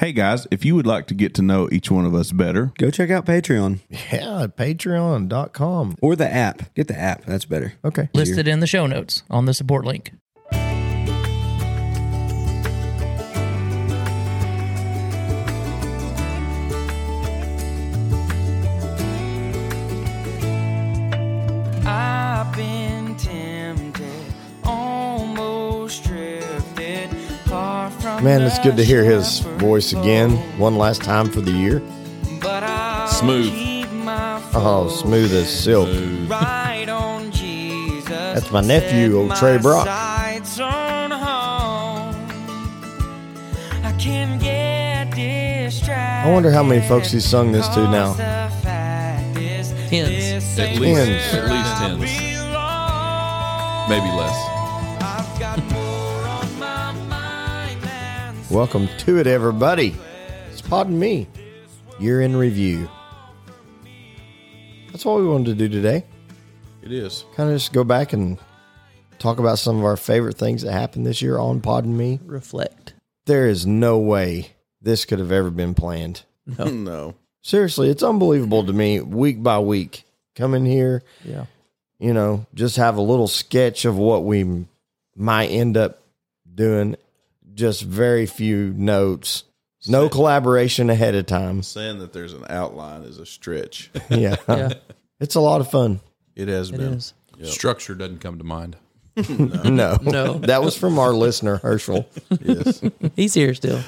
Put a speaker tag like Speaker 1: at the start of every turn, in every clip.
Speaker 1: Hey guys, if you would like to get to know each one of us better,
Speaker 2: Go check out Patreon
Speaker 3: Yeah, patreon.com.
Speaker 2: or the app. Get the app. That's better.
Speaker 3: Okay.
Speaker 4: listed in the show notes on the support link.
Speaker 5: I've been tempted, almost drifted, far from
Speaker 3: Man, it's
Speaker 5: the
Speaker 3: good to hear his
Speaker 5: shepherd's
Speaker 3: voice again.
Speaker 5: fold.
Speaker 3: One last time for the year.
Speaker 5: But I'll
Speaker 1: Smooth.
Speaker 5: keep my
Speaker 3: Oh, smooth as
Speaker 5: focus
Speaker 3: silk.
Speaker 5: Right on Jesus.
Speaker 3: That's my nephew,
Speaker 5: Set
Speaker 3: old
Speaker 5: my
Speaker 3: Trey Brock.
Speaker 5: sights on home. I can get distracted.
Speaker 3: I wonder how many folks he's sung this to now.
Speaker 5: cause the fact is,
Speaker 4: Tens.
Speaker 5: this
Speaker 6: At
Speaker 5: ain't
Speaker 6: least,
Speaker 3: Tens.
Speaker 6: at least
Speaker 5: where
Speaker 6: tens,
Speaker 5: I belong.
Speaker 6: maybe less.
Speaker 5: I've got more on my mind than
Speaker 3: Welcome to it, everybody. It's Pod and Me, Year in Review. That's what we wanted to do today.
Speaker 6: It is
Speaker 3: Kind of just go back and talk about some of our favorite things that happened this year on Pod and Me.
Speaker 4: Reflect.
Speaker 3: There is no way this could have ever been planned.
Speaker 1: no,
Speaker 3: Seriously, it's unbelievable to me week by week. Come in here,
Speaker 4: Yeah.
Speaker 3: you know, just have a little sketch of what we m- might end up doing. Just very few notes, no collaboration ahead of time.
Speaker 1: saying that there's an outline is a stretch.
Speaker 3: Yeah.
Speaker 4: Yeah.
Speaker 3: It's a lot of fun.
Speaker 1: It has
Speaker 4: It
Speaker 1: been.
Speaker 4: is.
Speaker 6: structure doesn't come to mind.
Speaker 3: No.
Speaker 4: No.
Speaker 3: that was from our listener, Herschel.
Speaker 1: Yes,
Speaker 4: He's here still.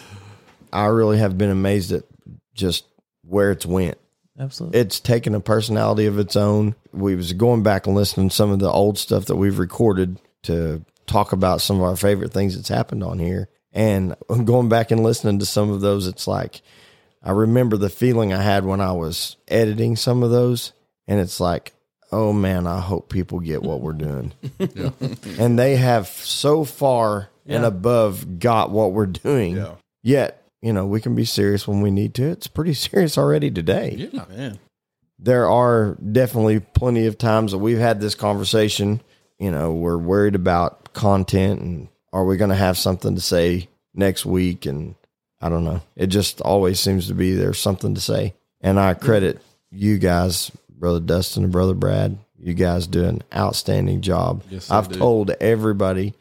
Speaker 3: I really have been amazed at just where it's went.
Speaker 4: Absolutely.
Speaker 3: It's taken a personality of its own. We was going back and listening to some of the old stuff that we've recorded to talk about some of our favorite things that's happened on here. And I'm going back and listening to some of those. It's like I remember the feeling I had when I was editing some of those. And it's like, oh man, I hope people get what we're doing. and they have so far and
Speaker 4: Yeah.
Speaker 3: above got what we're doing.
Speaker 1: Yeah.
Speaker 3: Yet, you know, we can be serious when we need to. It's pretty serious already today
Speaker 6: Yeah,
Speaker 1: man.
Speaker 3: there are definitely plenty of times that we've had this conversation. You know, we're worried about content and are we going to have something to say next week? And I don't know. It just always seems to be there's something to say. And I credit you guys, Brother Dustin and Brother Brad. You guys do an outstanding job.
Speaker 6: Yes, they
Speaker 3: I've
Speaker 6: do.
Speaker 3: told everybody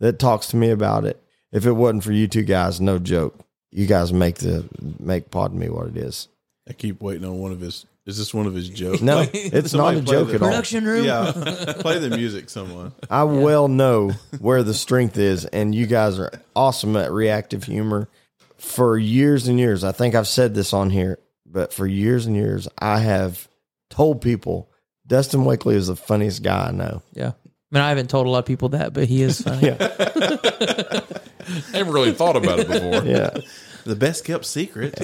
Speaker 3: that talks to me about it. If it wasn't for you two guys, no joke. You guys make the make pardon me what it is.
Speaker 1: I keep waiting on one of his. Is this one of his jokes?
Speaker 3: No, it's not
Speaker 1: Somebody
Speaker 3: a
Speaker 1: play
Speaker 3: joke
Speaker 1: the-
Speaker 3: at all.
Speaker 4: Production room.
Speaker 1: Yeah, play the music, someone.
Speaker 3: I well know where the strength is, and you guys are awesome at reactive humor. For years and years, I think I've said this on here, but for years and years, I have told people Dustin Wakely is the funniest guy I know.
Speaker 4: Yeah. I mean, I haven't told a lot of people that, but he is funny.
Speaker 6: I haven't really thought about it before.
Speaker 3: Yeah,
Speaker 1: The best kept secret.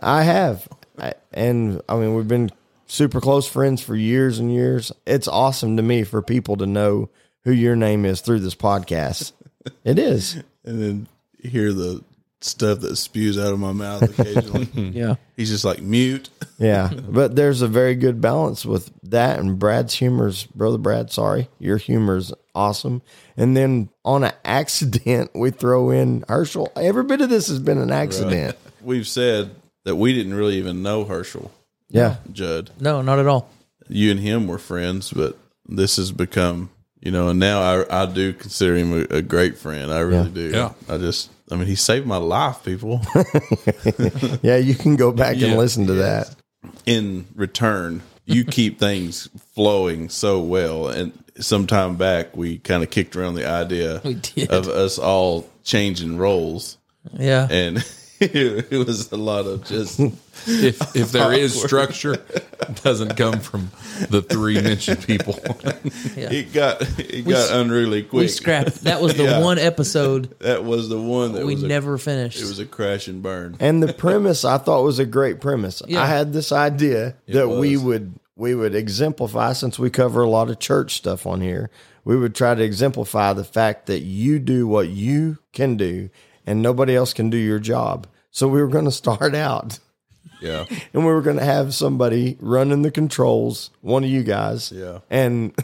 Speaker 3: I have, I, and I mean we've been super close friends for years and years. It's awesome to me for people to know who your name is through this podcast. It is.
Speaker 1: and then hear the stuff that spews out of my mouth occasionally.
Speaker 4: Yeah.
Speaker 1: He's just like mute.
Speaker 3: Yeah, but there's a very good balance with that and Brad's humor's brother Brad. Sorry, your humor's awesome. And then on an accident, we throw in Herschel. Every bit of this has been an accident.
Speaker 1: We've said that we didn't really even know Herschel
Speaker 3: Yeah,
Speaker 1: Judd.
Speaker 4: No, not at all.
Speaker 1: You and him were friends, but this has become, you know, and now I I do consider him a, a great friend. I really do.
Speaker 6: Yeah.
Speaker 1: I just, I mean, he saved my life, people.
Speaker 3: yeah. You can go back and
Speaker 6: Yeah.
Speaker 3: listen to that.
Speaker 1: in return, you keep things flowing so well. And some time back, we kind of kicked around the idea
Speaker 4: We did.
Speaker 1: of us all changing roles,
Speaker 4: Yeah.
Speaker 1: and it was a lot of just
Speaker 6: If if there is structure, it doesn't come from the three mentioned people.
Speaker 1: it got it
Speaker 4: We
Speaker 1: got
Speaker 4: s-
Speaker 1: unruly quick.
Speaker 4: we scrapped. That was the
Speaker 1: Yeah.
Speaker 4: one episode
Speaker 1: That was the one that
Speaker 4: we
Speaker 1: was
Speaker 4: never
Speaker 1: A,
Speaker 4: finished.
Speaker 1: it was a crash and burn.
Speaker 3: And the premise I thought was a great premise.
Speaker 4: Yeah.
Speaker 3: I had this idea that we
Speaker 1: was.
Speaker 3: would we would exemplify since we cover a lot of church stuff on here. We would try to exemplify the fact that you do what you can do and nobody else can do your job. So we were going to start out
Speaker 1: Yeah,
Speaker 3: and we were going to have somebody running the controls, one of you guys.
Speaker 1: Yeah.
Speaker 3: And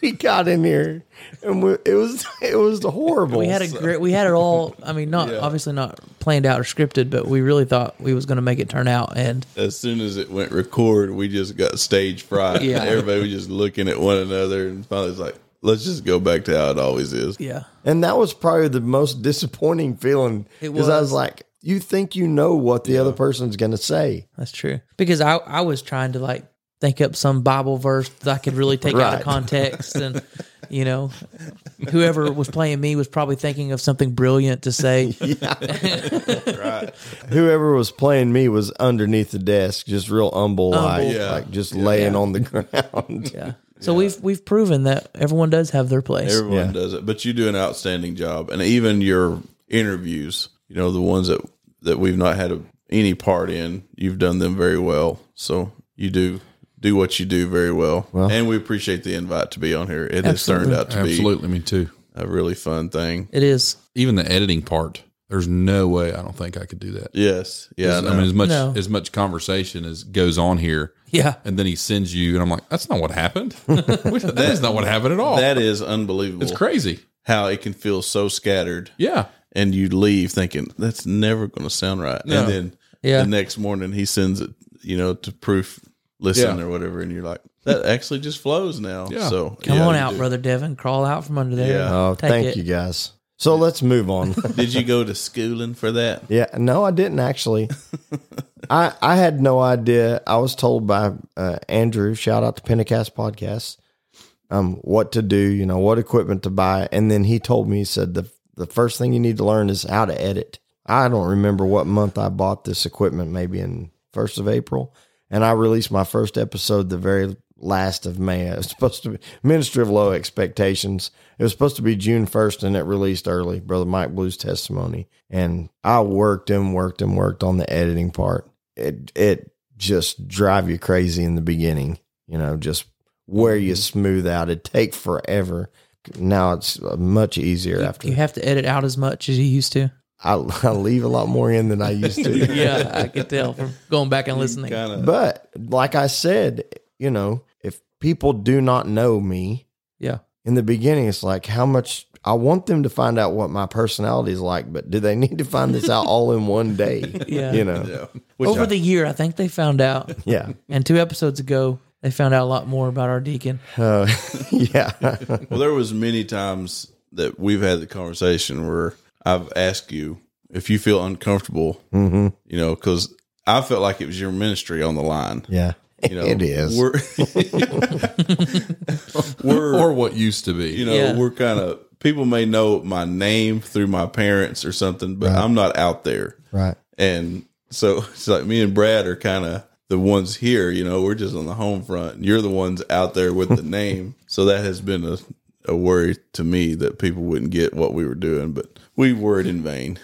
Speaker 3: we got in here, and we, it was it was horrible.
Speaker 4: We had a great. We had it all. I mean, not obviously not planned out or scripted, but we really thought we was going to make it turn out. And
Speaker 1: As soon as it went record, we just got stage fright.
Speaker 4: Yeah.
Speaker 1: Everybody was just looking at one another and finally it's like, let's just go back to how it always is.
Speaker 4: yeah,
Speaker 3: And that was probably the most disappointing feeling
Speaker 4: It
Speaker 3: because I
Speaker 4: was.
Speaker 3: was like, you think you know what the other person's going to say.
Speaker 4: that's true. Because I I was trying to like think up some Bible verse that I could really take out of
Speaker 3: Right.
Speaker 4: context, and you know, whoever was playing me was probably thinking of something brilliant to say.
Speaker 3: Whoever was playing me was underneath the desk, just real humble like,
Speaker 4: Humble.
Speaker 1: Yeah.
Speaker 3: like just laying on the ground.
Speaker 4: Yeah. So we've we've proven that everyone does have their place.
Speaker 1: Everyone
Speaker 3: Yeah.
Speaker 1: does it, but you do an outstanding job, and even your interviews, you know, the ones that that we've not had a, any part in, you've done them very well. So you do do what you do very well, and we appreciate the invite to be on here. It has turned
Speaker 4: Absolutely.
Speaker 1: out to
Speaker 6: Absolutely, me too.
Speaker 1: be a really fun thing.
Speaker 4: It is.
Speaker 6: Even the editing part, there's no way I don't think I could do that.
Speaker 1: Yes, yeah, I
Speaker 6: I mean,
Speaker 1: know.
Speaker 6: as much
Speaker 4: No.
Speaker 6: as much conversation as goes on here,
Speaker 4: Yeah.
Speaker 6: and then he sends you, and I'm like, that's not what happened. that is not what happened at all.
Speaker 1: that is unbelievable.
Speaker 6: it's crazy.
Speaker 1: how it can feel so scattered,
Speaker 6: Yeah,
Speaker 1: and you leave thinking that's never going to sound right,
Speaker 6: No.
Speaker 1: and then
Speaker 4: Yeah.
Speaker 1: the next morning he sends it, you know, to proof listen
Speaker 6: Yeah.
Speaker 1: or whatever, and you're like, that actually just flows now.
Speaker 6: Yeah.
Speaker 1: So
Speaker 4: Come
Speaker 1: yeah,
Speaker 4: on
Speaker 1: you
Speaker 4: out,
Speaker 1: do.
Speaker 4: brother Devin. Crawl out from under there.
Speaker 1: Yeah.
Speaker 4: and
Speaker 3: Oh,
Speaker 4: take
Speaker 3: thank
Speaker 4: it.
Speaker 3: you guys. So let's move on.
Speaker 1: Did you go to schooling for that?
Speaker 3: Yeah, no, I didn't actually. I I had no idea. I was told by uh, Andrew, shout out to Pentacast Podcast, um, what to do. You know, what equipment to buy, and then he told me he said the the first thing you need to learn is how to edit. I don't remember what month I bought this equipment, maybe in first of April, and I released my first episode the very last of May. It was supposed to be Ministry of Low Expectations. It was supposed to be June first, and it released early. Brother Mike Blue's testimony, and I worked and worked and worked on the editing part. It it just drive you crazy in the beginning, you know, just where you smooth out. It take forever. Now it's uh, much easier after.
Speaker 4: You have to edit out as much as you used to.
Speaker 3: I, I leave a lot more in than I used to.
Speaker 4: yeah, I could tell from going back and listening.
Speaker 1: Kind of.
Speaker 3: But like I said, you know, if people do not know me
Speaker 4: Yeah,
Speaker 3: in the beginning, it's like how much I want them to find out what my personality is like, but do they need to find this out all in one day?
Speaker 4: yeah.
Speaker 3: You know,
Speaker 1: Yeah. Which
Speaker 4: Over
Speaker 1: I-
Speaker 4: the year, I think they found out,
Speaker 3: yeah,
Speaker 4: and two episodes ago, they found out a lot more about our deacon.
Speaker 3: uh, yeah,
Speaker 1: well, there was many times that we've had the conversation where I've asked you if you feel uncomfortable,
Speaker 6: Mm-hmm.
Speaker 3: hmm
Speaker 1: you know, because I felt like it was your ministry on the line.
Speaker 3: yeah.
Speaker 1: You know,
Speaker 3: it is.
Speaker 1: We're, we're
Speaker 6: or what used to be.
Speaker 1: you know,
Speaker 4: Yeah.
Speaker 1: we're kind of people may know my name through my parents or something, but I'm not out there.
Speaker 3: right.
Speaker 1: And so it's like me and Brad are kind of the ones here, you know, we're just on the home front. And you're the ones out there with the name. So that has been a, a worry to me that people wouldn't get what we were doing, but we worried in vain.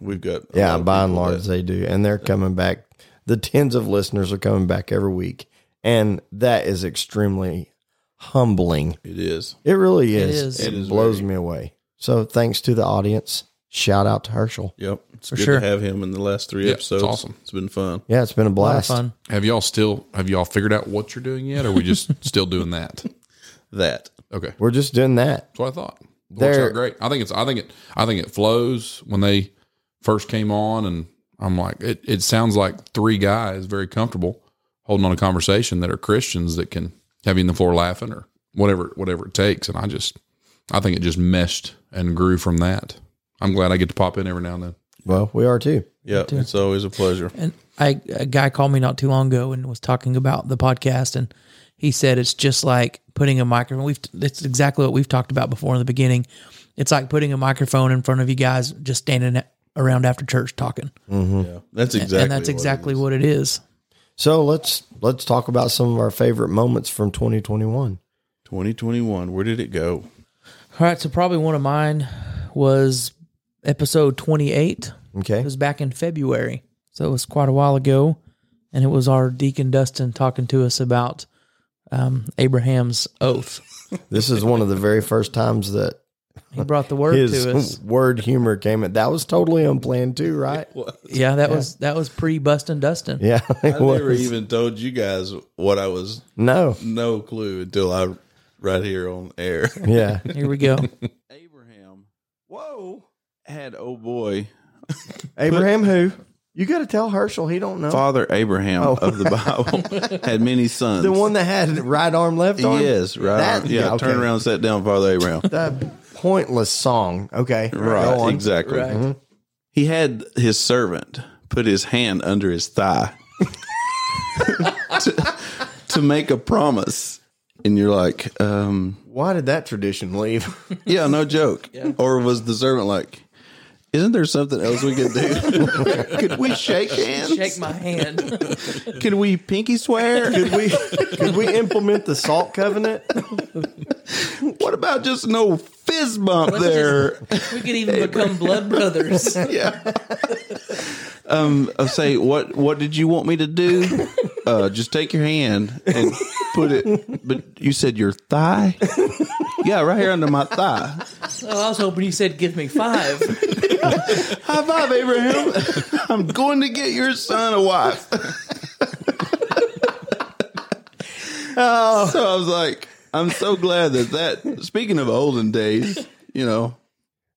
Speaker 1: We've got a lot
Speaker 3: Yeah,
Speaker 1: of
Speaker 3: by and
Speaker 1: people
Speaker 3: large
Speaker 1: that-
Speaker 3: they do, and they're coming back. The tens of listeners are coming back every week, and that is extremely humbling.
Speaker 1: it is.
Speaker 3: It really
Speaker 4: It
Speaker 3: is. It,
Speaker 4: is. It
Speaker 1: is
Speaker 3: blows
Speaker 1: very-
Speaker 3: me away. So thanks to the audience. Shout out to Herschel.
Speaker 1: Yep, it's
Speaker 4: For
Speaker 1: good
Speaker 4: sure.
Speaker 1: to have him in the last three
Speaker 6: Yeah, it's
Speaker 1: episodes.
Speaker 6: awesome.
Speaker 1: It's been fun.
Speaker 3: Yeah, it's been a
Speaker 4: A lot of
Speaker 3: blast.
Speaker 4: fun.
Speaker 6: Have y'all still have y'all figured out what you're doing yet? Or are we just still doing that?
Speaker 1: That
Speaker 6: Okay,
Speaker 3: We're just doing that.
Speaker 6: that's what I thought. It works
Speaker 3: They're-
Speaker 6: out great. I think it's I think it I think it flows when they first came on, and I'm like it. It sounds like three guys very comfortable holding on a conversation that are Christians that can have you in the floor laughing or whatever whatever it takes. And I just I think it just meshed and grew from that. I'm glad I get to pop in every now and then.
Speaker 3: Well, we are too.
Speaker 1: Yep, it's always a pleasure.
Speaker 4: And I, a guy called me not too long ago and was talking about the podcast, and he said it's just like putting a microphone. We've that's exactly what we've talked about before in the beginning. It's like putting a microphone in front of you guys, just standing around after church talking,
Speaker 1: Yeah, that's exactly
Speaker 4: and that's
Speaker 1: what it
Speaker 4: exactly
Speaker 1: is.
Speaker 4: what it is.
Speaker 3: So let's let's talk about some of our favorite moments from 2021.
Speaker 1: 2021. Where did it go?
Speaker 4: All right, so probably one of mine was episode 28. It
Speaker 3: Okay.
Speaker 4: was back in February, so it was quite a while ago, and it was our deacon Dustin talking to us about um, Abraham's oath.
Speaker 3: This is one of the very first times that
Speaker 4: He brought the word to us.
Speaker 3: his word humor came in. That was totally unplanned too, right?
Speaker 4: Yeah, that was that was pre Bustin' Dustin.
Speaker 3: Yeah. it
Speaker 1: I never
Speaker 3: was.
Speaker 1: even told you guys what I was
Speaker 3: No.
Speaker 1: no clue until I right here on air.
Speaker 3: Yeah.
Speaker 4: Here we go.
Speaker 1: Abraham, whoa, had oh boy,
Speaker 3: Abraham who? You got to tell Herschel he don't know.
Speaker 1: Father Abraham
Speaker 3: Oh.
Speaker 1: of the Bible had many sons.
Speaker 3: The one that had right arm, left arm.
Speaker 1: yes, right.
Speaker 3: That-
Speaker 1: yeah,
Speaker 3: yeah,
Speaker 1: turn
Speaker 3: okay.
Speaker 1: around, sat down, Father Abraham.
Speaker 3: That pointless song. Okay. Go
Speaker 1: right,
Speaker 3: on. Mm-hmm.
Speaker 1: exactly.
Speaker 4: Right.
Speaker 1: He had his servant put his hand under his thigh to, to make a promise. And you're like, um,
Speaker 3: Why did that tradition leave?
Speaker 1: yeah, no joke. Or was the servant like, isn't there something else we could do? could we shake hands?
Speaker 4: Shake my hand.
Speaker 1: Could we pinky swear?
Speaker 3: Could we could we implement the salt covenant?
Speaker 1: what about just no fist bump
Speaker 4: just-
Speaker 1: there?
Speaker 4: We could even become blood brothers.
Speaker 1: yeah. Um, I say, what what did you want me to do? Uh, just take your hand and put it. But you said your thigh. Yeah, right here under my thigh.
Speaker 4: I was hoping you said, "Give me five.
Speaker 1: High five, Abraham. I'm going to get your son a wife. So I was like, I'm so glad that that. Speaking of olden days, you know,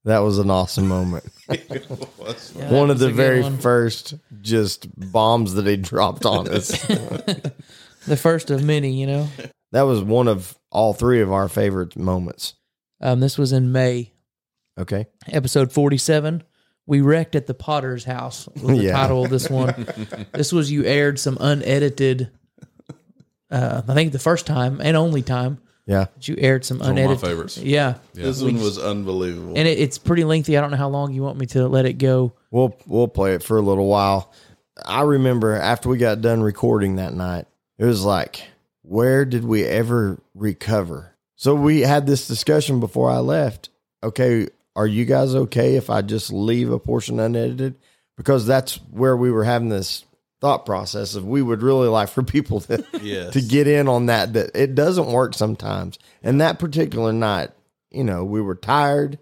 Speaker 3: That was an awesome moment. one of the very first just bombs that he dropped on us.
Speaker 4: the first of many, you know.
Speaker 3: that was one of all three of our favorite moments.
Speaker 4: Um, this was in May,
Speaker 3: Okay.
Speaker 4: episode forty-seven. We wrecked at the Potter's house. Was the
Speaker 3: Yeah.
Speaker 4: title of this one. this was you aired some unedited. Uh, I think the first time and only time
Speaker 3: Yeah.
Speaker 4: that you aired some
Speaker 6: one of my
Speaker 4: unedited.
Speaker 6: favorites.
Speaker 4: Yeah,
Speaker 1: this one was unbelievable.
Speaker 4: and it, it's pretty lengthy. I don't know how long you want me to let it go.
Speaker 3: We'll we'll play it for a little while. I remember after we got done recording that night, it was like, where did we ever recover? So we had this discussion before I left. Okay, are you guys okay if I just leave a portion unedited? Because that's where we were having this thought process of we would really like for people to
Speaker 1: Yes.
Speaker 3: to get in on that that it doesn't work sometimes. And that particular night, you know, we were tired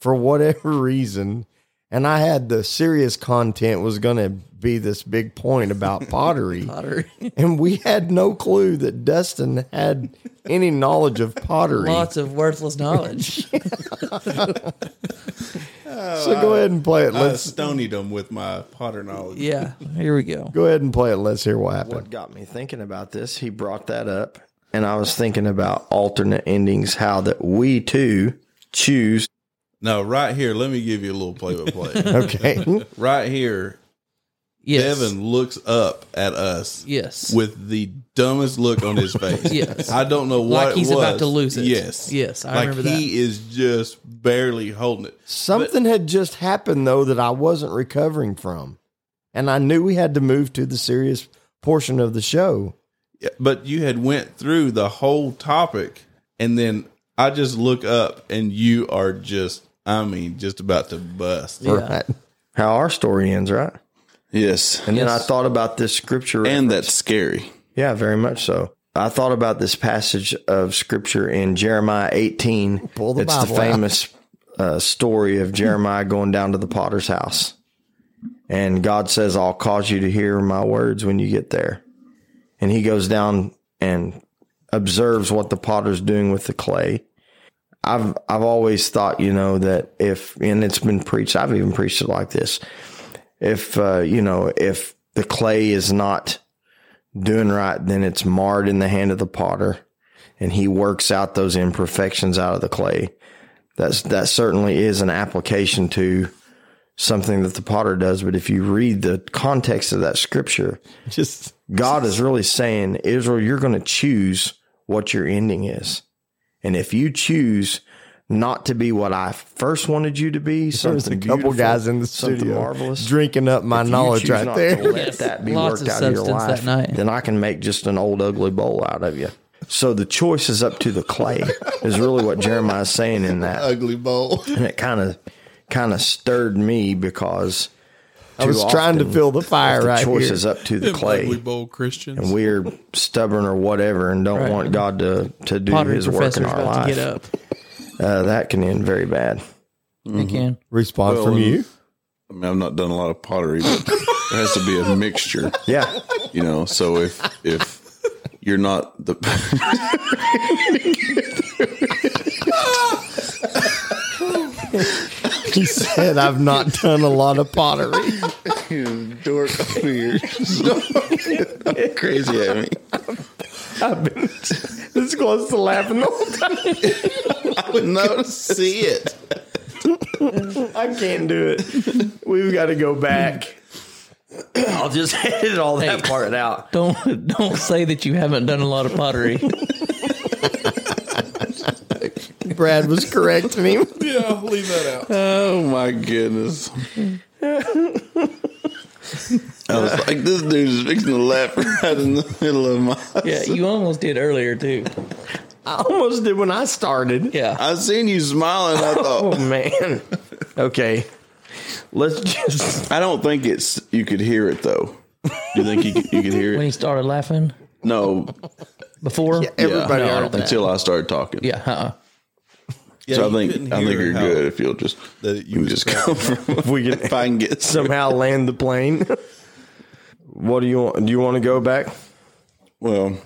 Speaker 3: for whatever reason and I had the serious content was going to be this big point about pottery,
Speaker 4: Potter,
Speaker 3: and we had no clue that Dustin had any knowledge of pottery.
Speaker 4: lots of worthless knowledge.
Speaker 3: so go ahead and play it.
Speaker 1: I
Speaker 3: Let's
Speaker 1: stonied them with my Potter knowledge.
Speaker 4: yeah, here we go.
Speaker 3: go ahead and play it. Let's hear what happened. What got me thinking about this? He brought that up, and I was thinking about alternate endings, how that we too choose.
Speaker 1: No, right here, let me give you a little play by play.
Speaker 3: Okay,
Speaker 1: right here,
Speaker 4: Yes,
Speaker 1: Evan looks up at us
Speaker 4: Yes.
Speaker 1: with the dumbest look on his face.
Speaker 4: Yes.
Speaker 1: I don't know what
Speaker 4: Like he's
Speaker 1: it was.
Speaker 4: about to lose it.
Speaker 1: Yes.
Speaker 4: Yes, I
Speaker 1: like
Speaker 4: remember
Speaker 1: he is just barely holding it.
Speaker 3: something had just happened though that I wasn't recovering from, and I knew we had to move to the serious portion of the show.
Speaker 1: But you had went through the whole topic and then I just look up and you are just I mean, just about to bust.
Speaker 3: Right. How our story ends, right?
Speaker 1: Yes.
Speaker 3: And then I thought about this scripture.
Speaker 1: And that's scary.
Speaker 3: yeah, very much so. I thought about this passage of scripture in Jeremiah 18.
Speaker 2: Pull the
Speaker 3: it's
Speaker 2: Bible
Speaker 3: the
Speaker 2: out.
Speaker 3: famous uh, story of Jeremiah going down to the potter's house. And God says, I'll cause you to hear my words when you get there. And he goes down and observes what the potter's doing with the clay. I've I've always thought, you know, that if and it's been preached, I've even preached it like this. If uh, you know, if the clay is not doing right, then it's marred in the hand of the potter, and he works out those imperfections out of the clay. That's that certainly is an application to something that the potter does. But if you read the context of that scripture,
Speaker 1: Just
Speaker 3: God is really saying, Israel, you're going to choose what your ending is. And if you choose not to be what I first wanted you to be, something beautiful, something marvelous,
Speaker 2: drinking up my
Speaker 3: if you choose not To let
Speaker 4: Yes.
Speaker 3: that be
Speaker 4: Lots
Speaker 3: worked
Speaker 4: of
Speaker 3: out of your
Speaker 4: substance
Speaker 3: life,
Speaker 4: that night.
Speaker 3: then I can make just an old ugly bowl out of you. So the choice is up to the clay, is really what Jeremiah is saying in that
Speaker 1: ugly bowl.
Speaker 3: and it kind of kind of stirred me because I
Speaker 2: was trying to feel the fire right
Speaker 3: choice
Speaker 2: here.
Speaker 3: is up to the
Speaker 6: Ugly
Speaker 3: clay,
Speaker 6: bowl Christians.
Speaker 3: and we're stubborn or whatever, and don't
Speaker 4: Right.
Speaker 3: want God to to do
Speaker 4: Pottery
Speaker 3: His work
Speaker 4: professor's
Speaker 3: in our
Speaker 4: about to get
Speaker 3: life.
Speaker 4: up.
Speaker 3: Uh, that can end very bad.
Speaker 4: They
Speaker 1: Mm-hmm.
Speaker 4: can.
Speaker 2: Response
Speaker 1: Well,
Speaker 2: from
Speaker 1: and-
Speaker 2: you.
Speaker 1: I mean, I've not done a lot of pottery, but it has to be a mixture.
Speaker 3: Yeah,
Speaker 1: you know so if if you're not the
Speaker 3: He said, I've not done a lot of pottery.
Speaker 1: You dork over here. crazy at me.
Speaker 3: This close to laughing the whole time.
Speaker 1: I would not see it.
Speaker 3: I can't do it. We've got to go back. I'll just edit all that part out.
Speaker 4: Don't don't say that you haven't done a lot of pottery.
Speaker 3: Brad was correct to me.
Speaker 1: Yeah, leave that out. Oh my goodness. I was like, this dude's fixing to laugh right in the middle of my.
Speaker 4: yeah, you almost did earlier too.
Speaker 3: I almost did when I started.
Speaker 4: Yeah.
Speaker 1: I seen you smiling. I thought,
Speaker 3: Oh, man. Okay. Let's just.
Speaker 1: I don't think it's, you could hear it though. You think you, could- you could hear
Speaker 4: When
Speaker 1: it?
Speaker 4: he started laughing
Speaker 1: No.
Speaker 4: before. Yeah.
Speaker 3: Everybody
Speaker 1: yeah,
Speaker 3: heard that.
Speaker 1: Until I started talking.
Speaker 4: uh-uh.
Speaker 1: so I think, I think you're good if you'll just,
Speaker 7: That you
Speaker 1: you
Speaker 7: was
Speaker 1: just come from,
Speaker 3: we can-
Speaker 1: if I can get some.
Speaker 3: Somehow land the plane. What do you want? Do you want to go back?
Speaker 1: Well,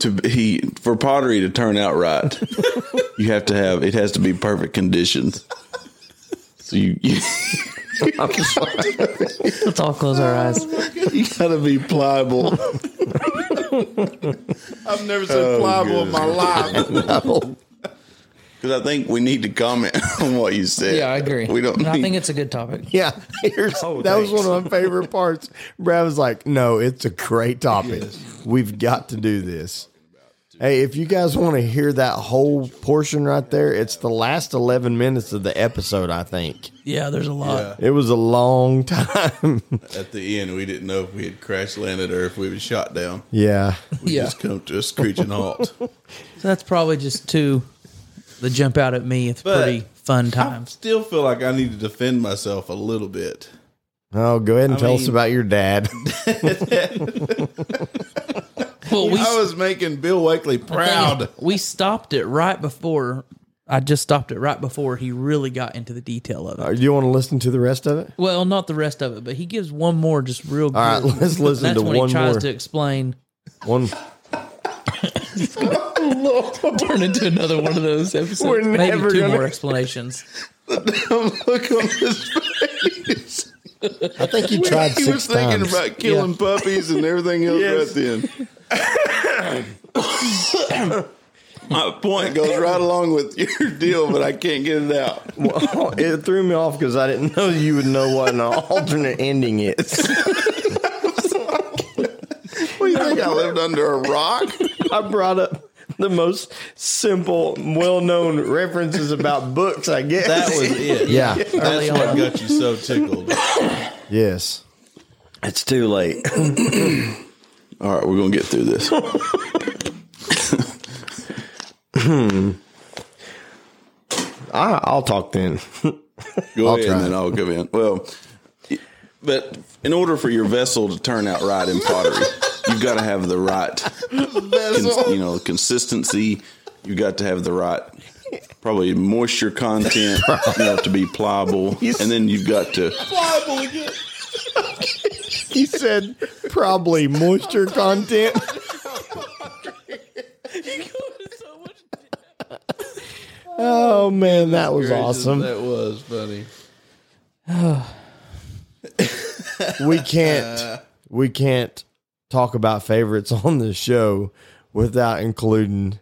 Speaker 1: to be for pottery to turn out right, you have to have it has to be perfect conditions. So you you,
Speaker 3: I'm sorry.
Speaker 4: Let's all close our eyes.
Speaker 1: you gotta be pliable.
Speaker 7: I've never said
Speaker 3: Oh,
Speaker 7: pliable in my life.
Speaker 1: Because I think we need to comment on what you said.
Speaker 4: Yeah, I agree.
Speaker 1: We don't.
Speaker 4: And I
Speaker 1: need-
Speaker 4: think it's a good topic.
Speaker 3: Yeah, here's, that was one of my favorite parts. Brad was like, "No, it's a great topic. We've got to do this." Hey, if you guys want to hear that whole portion right there, it's the last eleven minutes of the episode. I think
Speaker 4: Yeah, there's a lot.
Speaker 3: it was a long time.
Speaker 1: at the end we didn't know if we had crash landed or if we were shot down.
Speaker 3: yeah,
Speaker 1: We
Speaker 4: Yeah.
Speaker 1: just come to a screeching halt.
Speaker 4: So that's probably just two that jump out at me. It's
Speaker 1: But-
Speaker 4: pretty fun
Speaker 1: I
Speaker 4: times.
Speaker 1: still feel like I need to defend myself a little bit.
Speaker 3: oh, go ahead and
Speaker 1: I
Speaker 3: tell us
Speaker 1: mean-
Speaker 3: about your dad.
Speaker 4: Well, we
Speaker 1: I was making Bill Wakely proud.
Speaker 4: we stopped it right before. I just stopped it right before he really got into the detail of it.
Speaker 3: Do you want to listen to the rest of it?
Speaker 4: Well, not the rest of it, but he gives one more just real good.
Speaker 3: right, let's listen
Speaker 4: That's
Speaker 3: to
Speaker 4: when
Speaker 3: one
Speaker 4: he tries
Speaker 3: more.
Speaker 4: to explain.
Speaker 3: One.
Speaker 4: Turn into another one of those episodes.
Speaker 3: We're
Speaker 4: Maybe
Speaker 3: never
Speaker 4: two
Speaker 3: gonna-
Speaker 4: more explanations.
Speaker 1: Look on his face.
Speaker 3: I think you tried
Speaker 1: he was
Speaker 3: six
Speaker 1: thinking
Speaker 3: times.
Speaker 1: about killing puppies and everything else right then. My point goes right along with your deal, but I can't get it out.
Speaker 3: Well, it threw me off because I didn't know you would know what an alternate ending is.
Speaker 1: What do you think? I lived under a rock?
Speaker 3: I brought up the most simple, well-known references about books. I guess
Speaker 1: it.
Speaker 3: yeah.
Speaker 1: That's what got you so tickled.
Speaker 3: Yes, it's too late.
Speaker 1: All right, we're going to get through this.
Speaker 3: I, I'll talk then.
Speaker 1: Go
Speaker 3: I'll
Speaker 1: ahead
Speaker 3: try.
Speaker 1: and then I'll come in. Well, but in order for your vessel to turn out right in pottery, you've got to have the right, cons- you know, consistency. You got to have the right, probably moisture content. You have to be pliable, and then you've got to.
Speaker 3: He said probably moisture content. Oh man, that was awesome.
Speaker 1: was funny.
Speaker 3: We can't we can't talk about favorites on this show without including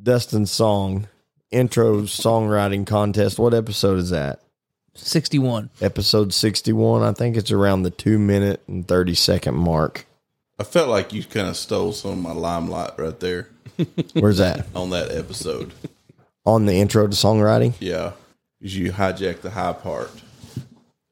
Speaker 3: Dustin's song intro songwriting contest. What episode is that?
Speaker 4: Sixty-one.
Speaker 3: episode 61 i think it's around the 2 minute and 30 second mark
Speaker 1: I felt like you kind of stole some of my limelight right there
Speaker 3: where's that
Speaker 1: on that episode.
Speaker 3: on the intro to songwriting
Speaker 1: Yeah, because you hijacked the high part.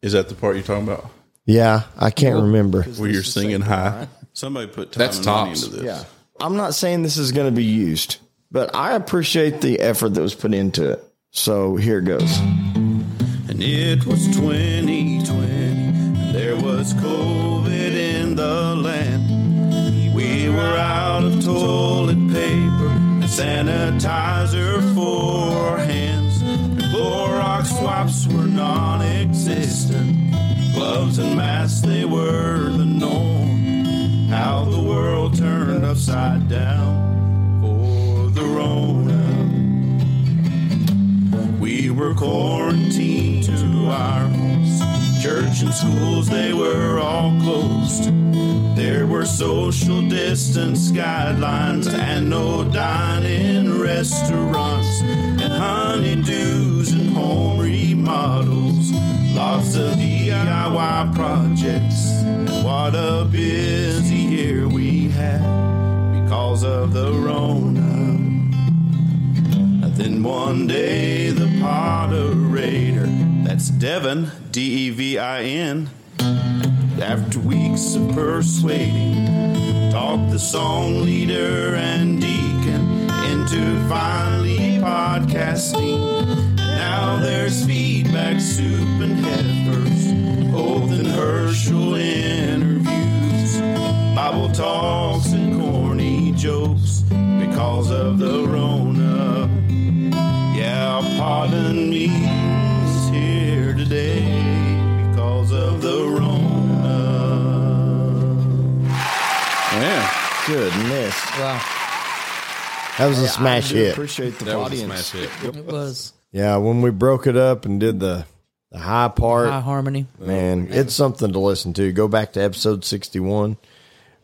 Speaker 1: Is that the part you're talking about?
Speaker 3: yeah i can't remember
Speaker 1: Where you're singing high? Somebody put time
Speaker 6: That's
Speaker 1: and money
Speaker 6: tops.
Speaker 1: into this.
Speaker 3: yeah
Speaker 1: Yeah.
Speaker 3: i'm not saying this is going to be used but i appreciate the effort that was put into it so here goes
Speaker 1: And it was 2020. and There was COVID in the land. We were out of toilet paper and sanitizer for our hands. And Clorox swabs were non existent. Gloves and masks, they were the norm. How the world turned upside down for the wrong.
Speaker 7: were quarantined to our homes. Church and schools, they were all closed. There were social distance guidelines and no dining restaurants and honeydews and home remodels. Lots of DIY projects. What a busy year we had because of the Rona. And then one day the Potterator, that's Devin, D E V I N, after weeks of persuading, talked the song leader and deacon into finally podcasting. Now there's feedback, soup, and heifers, Oath and Herschel interviews, Bible talks, and corny jokes because of the Rona. Yeah, pardon me is here today because of the Rona.
Speaker 1: Yeah.
Speaker 3: Goodness.
Speaker 4: Wow.
Speaker 3: That was a smash I do hit. Appreciate the
Speaker 6: That was a
Speaker 3: audience.
Speaker 6: smash hit.
Speaker 4: It was
Speaker 3: Yeah, when we broke it up and did the the high part,
Speaker 4: high harmony.
Speaker 3: man, it's something to listen to. Go back to episode sixty one,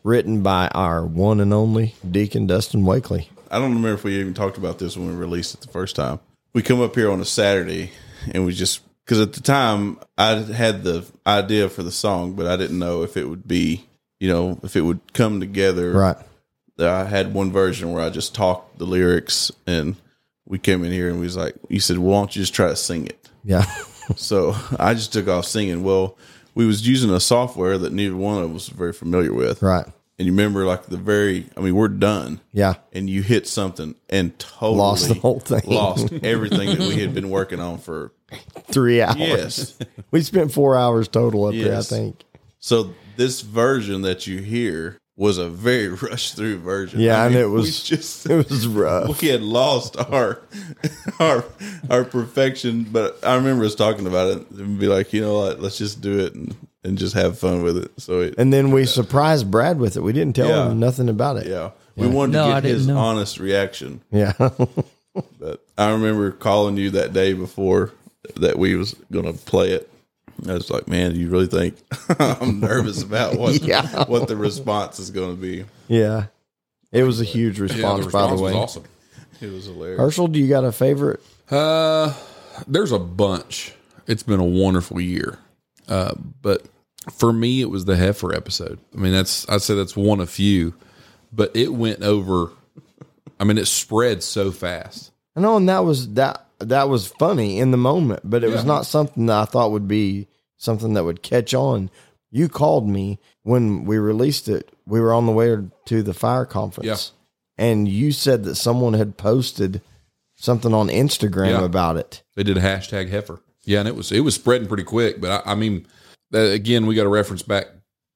Speaker 3: written by our one and only Deacon Dustin Wakely.
Speaker 1: I don't remember if we even talked about this when we released it the first time. We come up here on a Saturday and we just because at the time I had the idea for the song, but I didn't know if it would be, you know, if it would come together.
Speaker 3: Right.
Speaker 1: That I had one version where I just talked the lyrics and we came in here and we was like, you said, well, why don't you just try to sing it?
Speaker 3: Yeah.
Speaker 1: So I just took off singing. Well, we was using a software that neither one of us was very familiar with.
Speaker 3: right.
Speaker 1: And you remember like the very, I mean, we're done
Speaker 3: Yeah.
Speaker 1: and you hit something and totally
Speaker 3: Lost the whole thing.
Speaker 1: lost everything that we had been working on for
Speaker 3: Three hours.
Speaker 1: yes.
Speaker 3: We spent four hours total up there, I
Speaker 1: Yes.
Speaker 3: think.
Speaker 1: So this version that you hear was a very rushed through version.
Speaker 3: Yeah, and
Speaker 1: mean,
Speaker 3: it was-
Speaker 1: we just
Speaker 3: It was rough.
Speaker 1: we had lost our our our perfection. But I remember us talking about it and be like, you know what, let's just do it and, and just have fun with it. So it,
Speaker 3: And then we surprised Brad with it. We didn't tell
Speaker 1: Yeah.
Speaker 3: him nothing about it.
Speaker 1: yeah, we wanted
Speaker 4: No,
Speaker 1: to
Speaker 4: I
Speaker 1: get
Speaker 4: didn't
Speaker 1: his
Speaker 4: know.
Speaker 1: honest reaction.
Speaker 3: Yeah.
Speaker 1: But I remember calling you that day before that we was gonna play it. I was like, man, you really think I'm nervous about what
Speaker 3: Yeah.
Speaker 1: what the response is gonna be?
Speaker 3: yeah. It was a huge
Speaker 6: Yeah,
Speaker 3: response,
Speaker 6: the
Speaker 3: by
Speaker 6: response
Speaker 3: the way.
Speaker 6: was awesome.
Speaker 1: It was hilarious.
Speaker 3: Herschel, do you got a favorite?
Speaker 6: Uh, there's a bunch. It's been a wonderful year. Uh, but for me, it was the heifer episode. I mean, that's I'd say that's one of few, but it went over. I mean, it spread so fast.
Speaker 3: I know, and that was that that was funny in the moment, but it was
Speaker 6: Yeah.
Speaker 3: not something that I thought would be something that would catch on. You called me when we released it. We were on the way to the fire conference, and you said that someone had posted something on Instagram
Speaker 6: Yeah.
Speaker 3: about it.
Speaker 6: They did a hashtag heifer. Yeah, and it was it was spreading pretty quick. But I, I mean, that, again, we got to reference back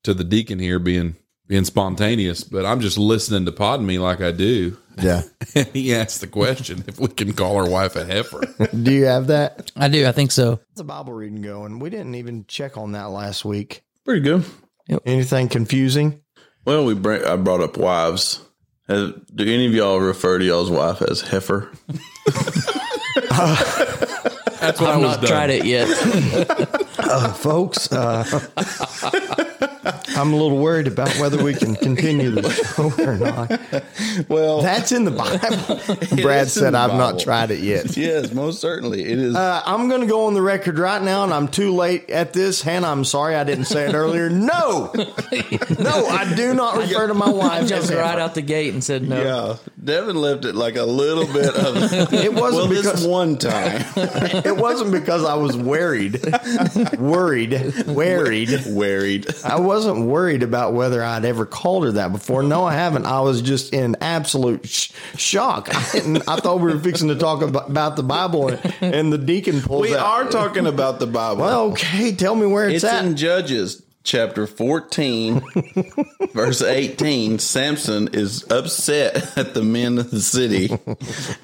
Speaker 6: to the deacon here being being spontaneous. But I'm just listening to Podme like I do,
Speaker 3: Yeah,
Speaker 6: and he asked the question if we can call our wife a heifer.
Speaker 3: do you have that?
Speaker 4: I do. I think so.
Speaker 3: The Bible reading going. We didn't even check on that last week.
Speaker 1: Pretty good.
Speaker 3: Anything confusing?
Speaker 1: Well, we bring, I brought up wives. Has, do any of y'all refer to y'all's wife as heifer?
Speaker 6: That's what i
Speaker 4: I've
Speaker 6: was
Speaker 4: not
Speaker 6: done.
Speaker 4: tried it yet.
Speaker 3: folks. Uh, I'm a little worried about whether we can continue the show or not.
Speaker 1: Well,
Speaker 3: That's in the Bible. Brad
Speaker 1: is in
Speaker 3: said,
Speaker 1: the
Speaker 3: "I've not
Speaker 1: Bible."
Speaker 3: tried it yet."
Speaker 1: yes, most certainly it is.
Speaker 3: Uh, I'm going to go on the record right now, and I'm too late at this. Hannah, I'm sorry I didn't say it earlier. No, no, I do not refer to my
Speaker 4: I
Speaker 3: wife.
Speaker 4: jumped
Speaker 3: As
Speaker 4: right
Speaker 3: right
Speaker 4: out the gate and said no.
Speaker 1: yeah, Devin left it like a little bit of.
Speaker 3: it wasn't
Speaker 1: well, this
Speaker 3: because
Speaker 1: one time,
Speaker 3: it wasn't because I was worried, worried, worried.
Speaker 1: worried.
Speaker 3: I wasn't worried about whether I'd ever called her that before. No, I haven't. I was just in absolute sh- shock. I, didn't, I thought we were fixing to talk about, about the Bible, and, and the deacon pulls
Speaker 1: We
Speaker 3: out.
Speaker 1: are talking about the Bible.
Speaker 3: Well, okay, tell me where it's,
Speaker 1: It's
Speaker 3: at.
Speaker 1: in Judges chapter 14, verse 18. Samson is upset at the men of the city,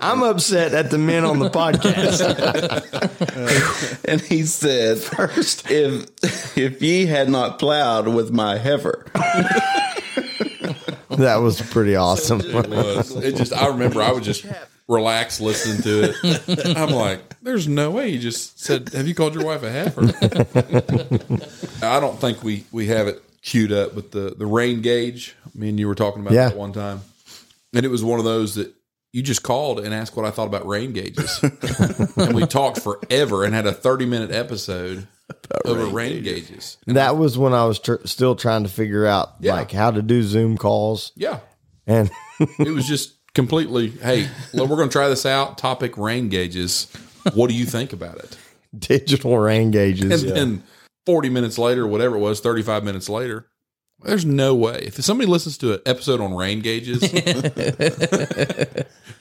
Speaker 3: I'm upset at the men on the podcast.
Speaker 1: and he said, First, if, if ye had not plowed with my heifer.
Speaker 3: that was pretty awesome.
Speaker 6: It was. It just. I remember. I was just relaxed listening to it. I'm like, there's no way you just said, "Have you called your wife a heifer?" I don't think we we have it queued up, but the the rain gauge. Me and you were talking about
Speaker 3: Yeah.
Speaker 6: that one time, and it was one of those that you just called and asked what I thought about rain gauges, and we talked forever and had a 30 minute episode over rain, gauges.
Speaker 3: That was when I was tr- still trying to figure out
Speaker 6: Yeah.
Speaker 3: like how to do Zoom calls
Speaker 6: Yeah,
Speaker 3: and
Speaker 6: it was just completely. Hey, look, we're going to try this out. Topic rain gauges. What do you think about it?
Speaker 3: digital rain
Speaker 6: And
Speaker 3: gauges.
Speaker 6: then 40 minutes later, whatever it was, 35 minutes later, there's no way. If somebody listens to an episode on rain gauges,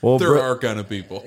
Speaker 3: Well,
Speaker 6: there
Speaker 3: bro-
Speaker 6: are kind of people.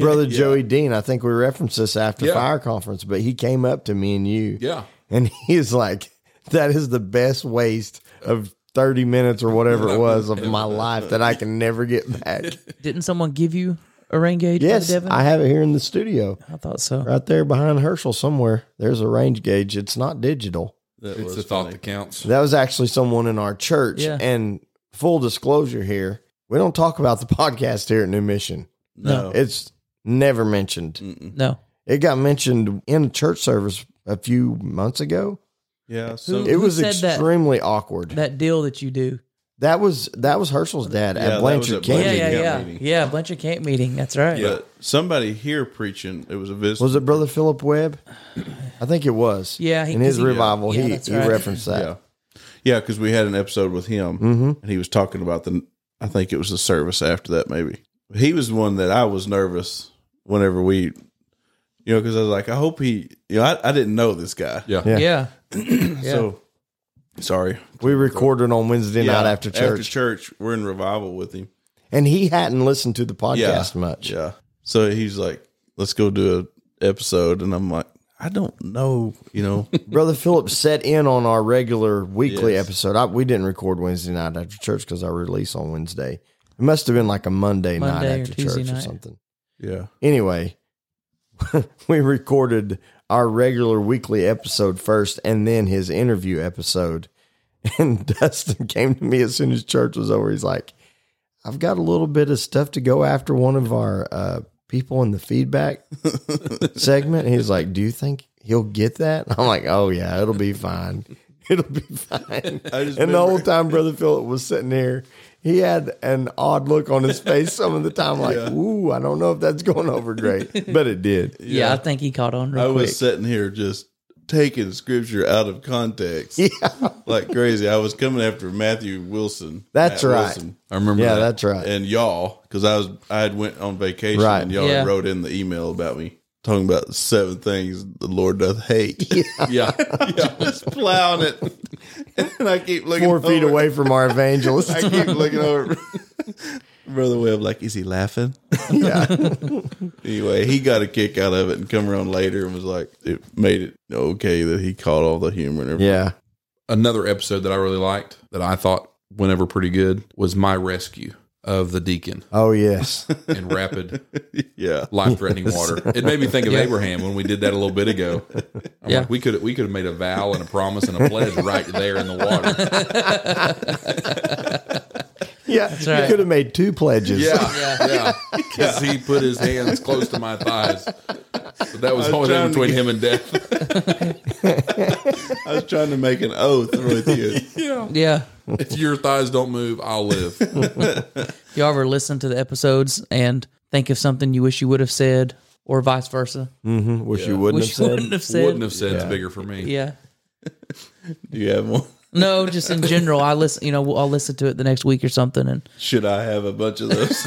Speaker 3: brother Joey Dean, I think we referenced this after
Speaker 6: Yeah.
Speaker 3: fire conference, but he came up to me and you,
Speaker 6: Yeah.
Speaker 3: and he is like, "That is the best waste of." 30 minutes or whatever it was of my life that I can never get back.
Speaker 4: Didn't someone give you a rain gauge? by
Speaker 3: Yes,
Speaker 4: Devin?
Speaker 3: I have it here in the studio.
Speaker 4: I thought so.
Speaker 3: Right there behind Herschel somewhere. There's a range gauge. It's not digital.
Speaker 1: That
Speaker 6: It's
Speaker 1: was
Speaker 6: the thought
Speaker 1: funny.
Speaker 6: that counts.
Speaker 3: That was actually someone in our church.
Speaker 4: Yeah.
Speaker 3: And full disclosure here, we don't talk about the podcast here at New Mission.
Speaker 1: No,
Speaker 3: It's never mentioned.
Speaker 4: No,
Speaker 3: It got mentioned in a church service a few months ago.
Speaker 1: yeah. So
Speaker 3: It
Speaker 4: Who
Speaker 3: was
Speaker 4: said that?
Speaker 3: extremely awkward. That,
Speaker 4: that deal that you do.
Speaker 3: was that was Herschel's dad
Speaker 1: Yeah,
Speaker 3: at
Speaker 1: that was
Speaker 3: Blanchard
Speaker 1: at Blanchard.
Speaker 4: Yeah,
Speaker 3: Canyon.
Speaker 4: yeah,
Speaker 1: camp
Speaker 4: yeah,
Speaker 1: meeting.
Speaker 4: yeah. Bunch of camp meeting. That's right.
Speaker 1: but somebody here preaching. It was a visit.
Speaker 3: Was it Brother Philip Webb? I think it was.
Speaker 4: Yeah, he-
Speaker 3: in his
Speaker 4: 'cause he-
Speaker 3: revival,
Speaker 4: Yeah,
Speaker 3: he,
Speaker 4: that's
Speaker 3: he
Speaker 4: right.
Speaker 3: referenced that.
Speaker 1: Yeah, yeah, because we had an episode with him,
Speaker 3: Mm-hmm.
Speaker 1: and he was talking about the. I think it was the service after that. Maybe he was the one that I was nervous whenever we, you know, because I was like, I hope he. You know, I, I didn't know this guy.
Speaker 6: Yeah.
Speaker 3: Yeah.
Speaker 4: Yeah.
Speaker 1: So sorry.
Speaker 3: We recorded on Wednesday night
Speaker 1: Yeah,
Speaker 3: after church,
Speaker 1: After church, we're in revival with him.
Speaker 3: and he hadn't listened to the podcast
Speaker 1: Yeah.
Speaker 3: much.
Speaker 1: Yeah. So he's like, let's go do a episode, and I'm like, I don't know, you know.
Speaker 3: Brother Philip set in on our regular weekly
Speaker 1: Yes.
Speaker 3: episode. I, we didn't record Wednesday night after church because I release on Wednesday. It must have been like a Monday,
Speaker 4: Monday
Speaker 3: night
Speaker 4: or
Speaker 3: after
Speaker 4: Tuesday
Speaker 3: church or
Speaker 4: night.
Speaker 3: something.
Speaker 1: yeah.
Speaker 3: Anyway, we recorded our regular weekly episode first and then his interview episode. And Dustin came to me as soon as church was over. He's like, I've got a little bit of stuff to go after one of our uh, people in the feedback segment. And he's like, Do you think he'll get that? And I'm like, Oh, yeah, it'll be fine. It'll be fine.
Speaker 1: I just
Speaker 3: and the
Speaker 1: remember-
Speaker 3: whole time, Brother Philip was sitting there, he had an odd look on his face some of the time, like, Ooh, I don't know if that's going over great, but it did.
Speaker 4: Yeah, I think he caught on real
Speaker 1: I
Speaker 4: quick.
Speaker 1: was sitting here just taking scripture out of context
Speaker 3: Yeah.
Speaker 1: like crazy. I was coming after Matthew Wilson.
Speaker 3: That's right.
Speaker 6: I remember
Speaker 3: Yeah,
Speaker 6: that.
Speaker 3: that's right.
Speaker 1: and y'all because I was I had went on vacation
Speaker 3: Right.
Speaker 1: and y'all
Speaker 4: Yeah.
Speaker 1: wrote in the email about me talking about the seven things the Lord doth hate.
Speaker 6: yeah.
Speaker 1: Just plowing it, and then I keep looking
Speaker 3: Four feet
Speaker 1: over.
Speaker 3: away from our evangelist.
Speaker 1: I keep looking over. Brother Webb, like, is he laughing?
Speaker 3: yeah.
Speaker 1: Anyway, he got a kick out of it and come around later and was like, it made it okay that he caught all the humor and everything.
Speaker 3: Yeah.
Speaker 6: Another episode that I really liked that I thought went over pretty good was my rescue of the deacon
Speaker 3: Oh, yes.
Speaker 6: in rapid
Speaker 1: Yeah.
Speaker 6: life threatening water. It made me think of Abraham when we did that a little bit ago. I'm
Speaker 4: Yeah.
Speaker 6: like, we could we could have made a vow and a promise and a pledge right there in the water.
Speaker 3: Yeah. You
Speaker 4: right.
Speaker 3: could have made two pledges.
Speaker 6: Yeah, yeah, because he put his hands close to my thighs. But that was
Speaker 1: I was
Speaker 6: always
Speaker 1: trying to
Speaker 6: between
Speaker 1: get-
Speaker 6: him and death.
Speaker 1: I was trying to make an oath with you.
Speaker 4: yeah.
Speaker 6: If your thighs don't move, I'll live.
Speaker 4: Y'all ever listen to the episodes and think of something you wish you would have said, or vice versa?
Speaker 3: Mm-hmm. Wish you wouldn't
Speaker 4: wish
Speaker 3: have
Speaker 4: you
Speaker 3: said.
Speaker 4: wouldn't have said.
Speaker 6: Wouldn't have said it's bigger for me.
Speaker 4: Yeah.
Speaker 1: Do you have one?
Speaker 4: No, just in general. I listen. You know, I'll listen to it the next week or something, and
Speaker 1: Should I have a bunch of those?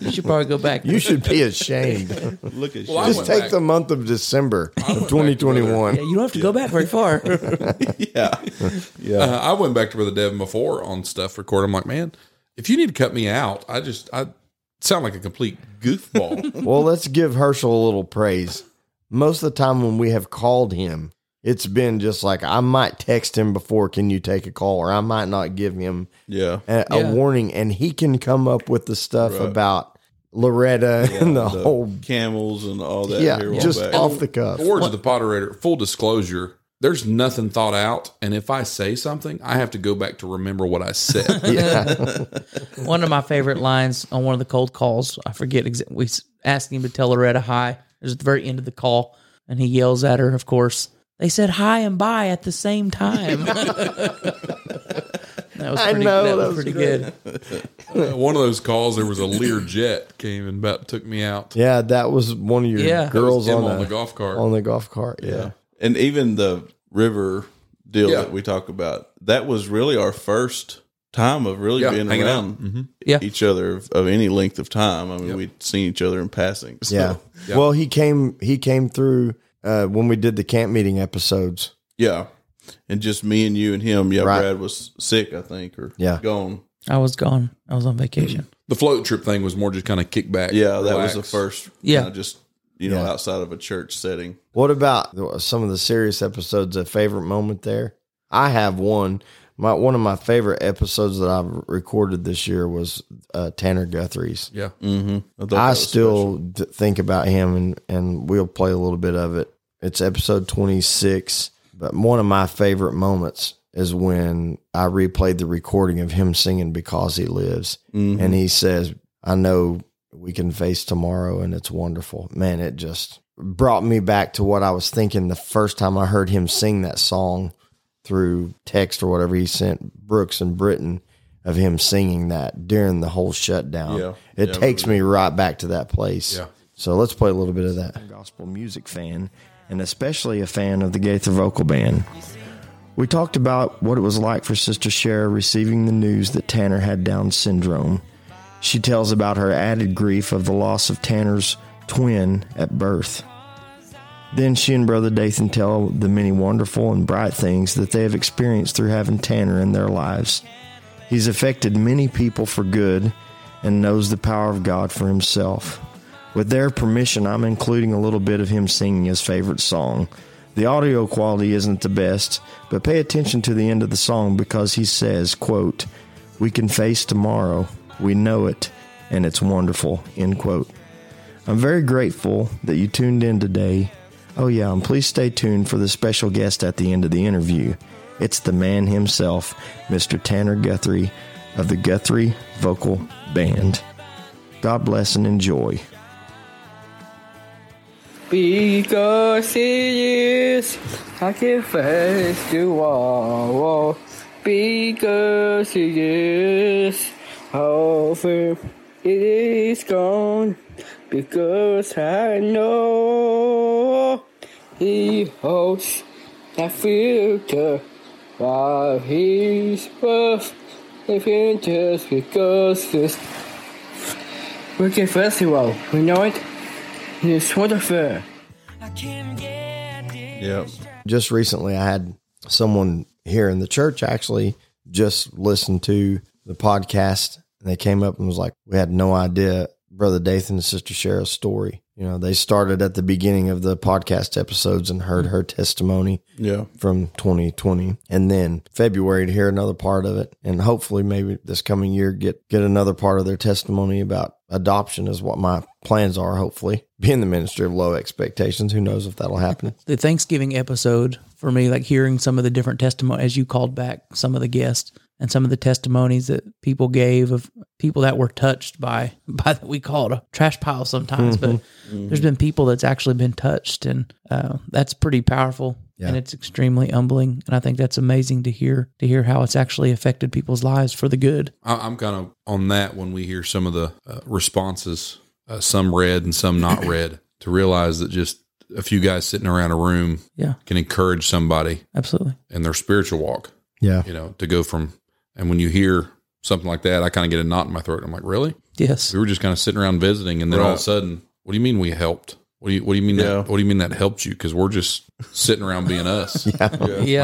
Speaker 4: you should probably go back.
Speaker 3: You should be ashamed.
Speaker 1: Look at
Speaker 6: Well, I
Speaker 1: you.
Speaker 6: went
Speaker 3: Just take
Speaker 6: back-
Speaker 3: the month of December
Speaker 6: went
Speaker 3: of
Speaker 6: back to Brother-
Speaker 3: 2021.
Speaker 4: yeah, you don't have to go back very far.
Speaker 1: Yeah.
Speaker 6: Uh, I went back to Brother Devin before on stuff record. I'm like, man, if you need to cut me out, I just I sound like a complete goofball.
Speaker 3: Well, let's give Herschel a little praise. Most of the time when we have called him, it's been just like I might text him before, can you take a call? Or I might not give him
Speaker 1: Yeah.
Speaker 3: a, a
Speaker 4: Yeah.
Speaker 3: warning, and he can come up with the stuff about Loretta and the, whole
Speaker 1: camels and all that.
Speaker 3: yeah,
Speaker 1: here a while
Speaker 3: just
Speaker 1: back.
Speaker 3: off the cuff.
Speaker 6: the words of the moderator. Full disclosure: there's nothing thought out, and if I say something, I have to go back to remember what I said.
Speaker 4: One of my favorite lines on one of the cold calls, I forget, exa- we s- asked him to tell Loretta hi. It was at the very end of the call, and he yells at her, of course. They said hi and bye at the same time. that was
Speaker 3: I
Speaker 4: pretty,
Speaker 3: know, that
Speaker 4: that was
Speaker 3: was
Speaker 4: pretty
Speaker 3: great.
Speaker 4: good.
Speaker 6: One of those calls, there was a Lear jet came and about took me out.
Speaker 3: Yeah, that was one of your
Speaker 4: Yeah.
Speaker 3: girls
Speaker 6: Him
Speaker 3: on,
Speaker 6: on
Speaker 3: a-
Speaker 6: the golf cart.
Speaker 3: on the golf cart. Yeah.
Speaker 1: And even the river deal
Speaker 6: Yeah.
Speaker 1: that we talk about, that was really our first time of really
Speaker 6: Yeah,
Speaker 1: being
Speaker 6: hanging out.
Speaker 1: around
Speaker 3: Mm-hmm.
Speaker 4: Yeah.
Speaker 1: each other of, of any length of time. I mean, we'd seen each other in passing. So,
Speaker 3: Yeah. Well, he came he came through uh, when we did the camp meeting episodes.
Speaker 1: yeah. And just me and you and him. Yeah,
Speaker 3: Right.
Speaker 1: Brad was sick, I think, or
Speaker 3: Yeah.
Speaker 1: gone.
Speaker 4: I was gone. I was on vacation.
Speaker 6: the float trip thing was more just kind of kickback.
Speaker 1: Yeah, that was
Speaker 6: relax.
Speaker 1: the first.
Speaker 4: Yeah.
Speaker 1: kinda just you know,
Speaker 3: Yeah.
Speaker 1: outside of a church setting.
Speaker 3: What about the- some of the serious episodes? A favorite moment there? I have one. My one of my favorite episodes that I've recorded this year was uh, Tanner Guthrie's.
Speaker 6: Yeah.
Speaker 1: Mm-hmm.
Speaker 3: I still d- think about him, and and we'll play a little bit of it. It's episode twenty six, but one of my favorite moments is when I replayed the recording of him singing "Because He Lives," and he says, "I know we can face tomorrow, and it's wonderful." Man, it just brought me back to what I was thinking the first time I heard him sing that song through text or whatever he sent Brooks and Britain of him singing that during the whole shutdown.
Speaker 1: Yeah.
Speaker 3: It
Speaker 1: Yeah, I
Speaker 3: takes me right back to that place.
Speaker 6: Yeah.
Speaker 3: So let's play a little bit of that. Gospel music fan, and especially a fan of the Gaither Vocal Band. We talked about what it was like for Sister Shara receiving the news that Tanner had Down syndrome. She tells about her added grief of the loss of Tanner's twin at birth. Then she and Brother Dathan tell the many wonderful and bright things that they have experienced through having Tanner in their lives. He's affected many people for good and knows the power of God for himself. With their permission, I'm including a little bit of him singing his favorite song. The audio quality isn't the best, but pay attention to the end of the song because he says, quote, "We can face tomorrow. We know it, and it's wonderful." End quote. I'm very grateful that you tuned in today. Oh, yeah, and please stay tuned for the special guest at the end of the interview. It's the man himself, Mr. Tanner Guthrie of the Guthrie Vocal Band. God bless and enjoy.
Speaker 8: Because he is, I can face tomorrow. Because he is, over it is gone. Because I know he holds the future. While he's worth living just because this. We can face tomorrow. We know it. It's wonderful.
Speaker 1: Yeah.
Speaker 3: Just recently, I had someone here in the church actually just listen to the podcast, and they came up and was like, We had no idea Brother Dathan and Sister Shara's story. You know, they started at the beginning of the podcast episodes and heard her testimony.
Speaker 1: Yeah.
Speaker 3: from 2020 and then February to hear another part of it and hopefully maybe this coming year get get another part of their testimony about adoption is what my plans are hopefully being the minister of low expectations who knows if that'll happen
Speaker 4: the Thanksgiving episode for me, like hearing some of the different testimony as you called back some of the guests and some of the testimonies that people gave of people that were touched by by we call it a trash pile sometimes, but there's been people that's actually been touched, and uh, that's pretty powerful. And it's extremely humbling, and I think that's amazing to hear to hear how it's actually affected people's lives for the good.
Speaker 6: I, I'm kind of on that when we hear some of the uh, responses, uh, some read and some not read, to realize that just a few guys sitting around a room
Speaker 4: Yeah.
Speaker 6: can encourage somebody
Speaker 4: Absolutely,
Speaker 6: in their spiritual walk,
Speaker 3: yeah
Speaker 6: you know, to go from. And when you hear something like that, I kind of get a knot in my throat. I'm like, really?
Speaker 4: yes,
Speaker 6: We were just kind of sitting around visiting, and then all of
Speaker 1: Right.
Speaker 6: a sudden, what do you mean we helped? What do you What do you mean
Speaker 1: Yeah.
Speaker 6: that? What do you mean that helped you? Because we're just sitting around being us.
Speaker 4: yeah,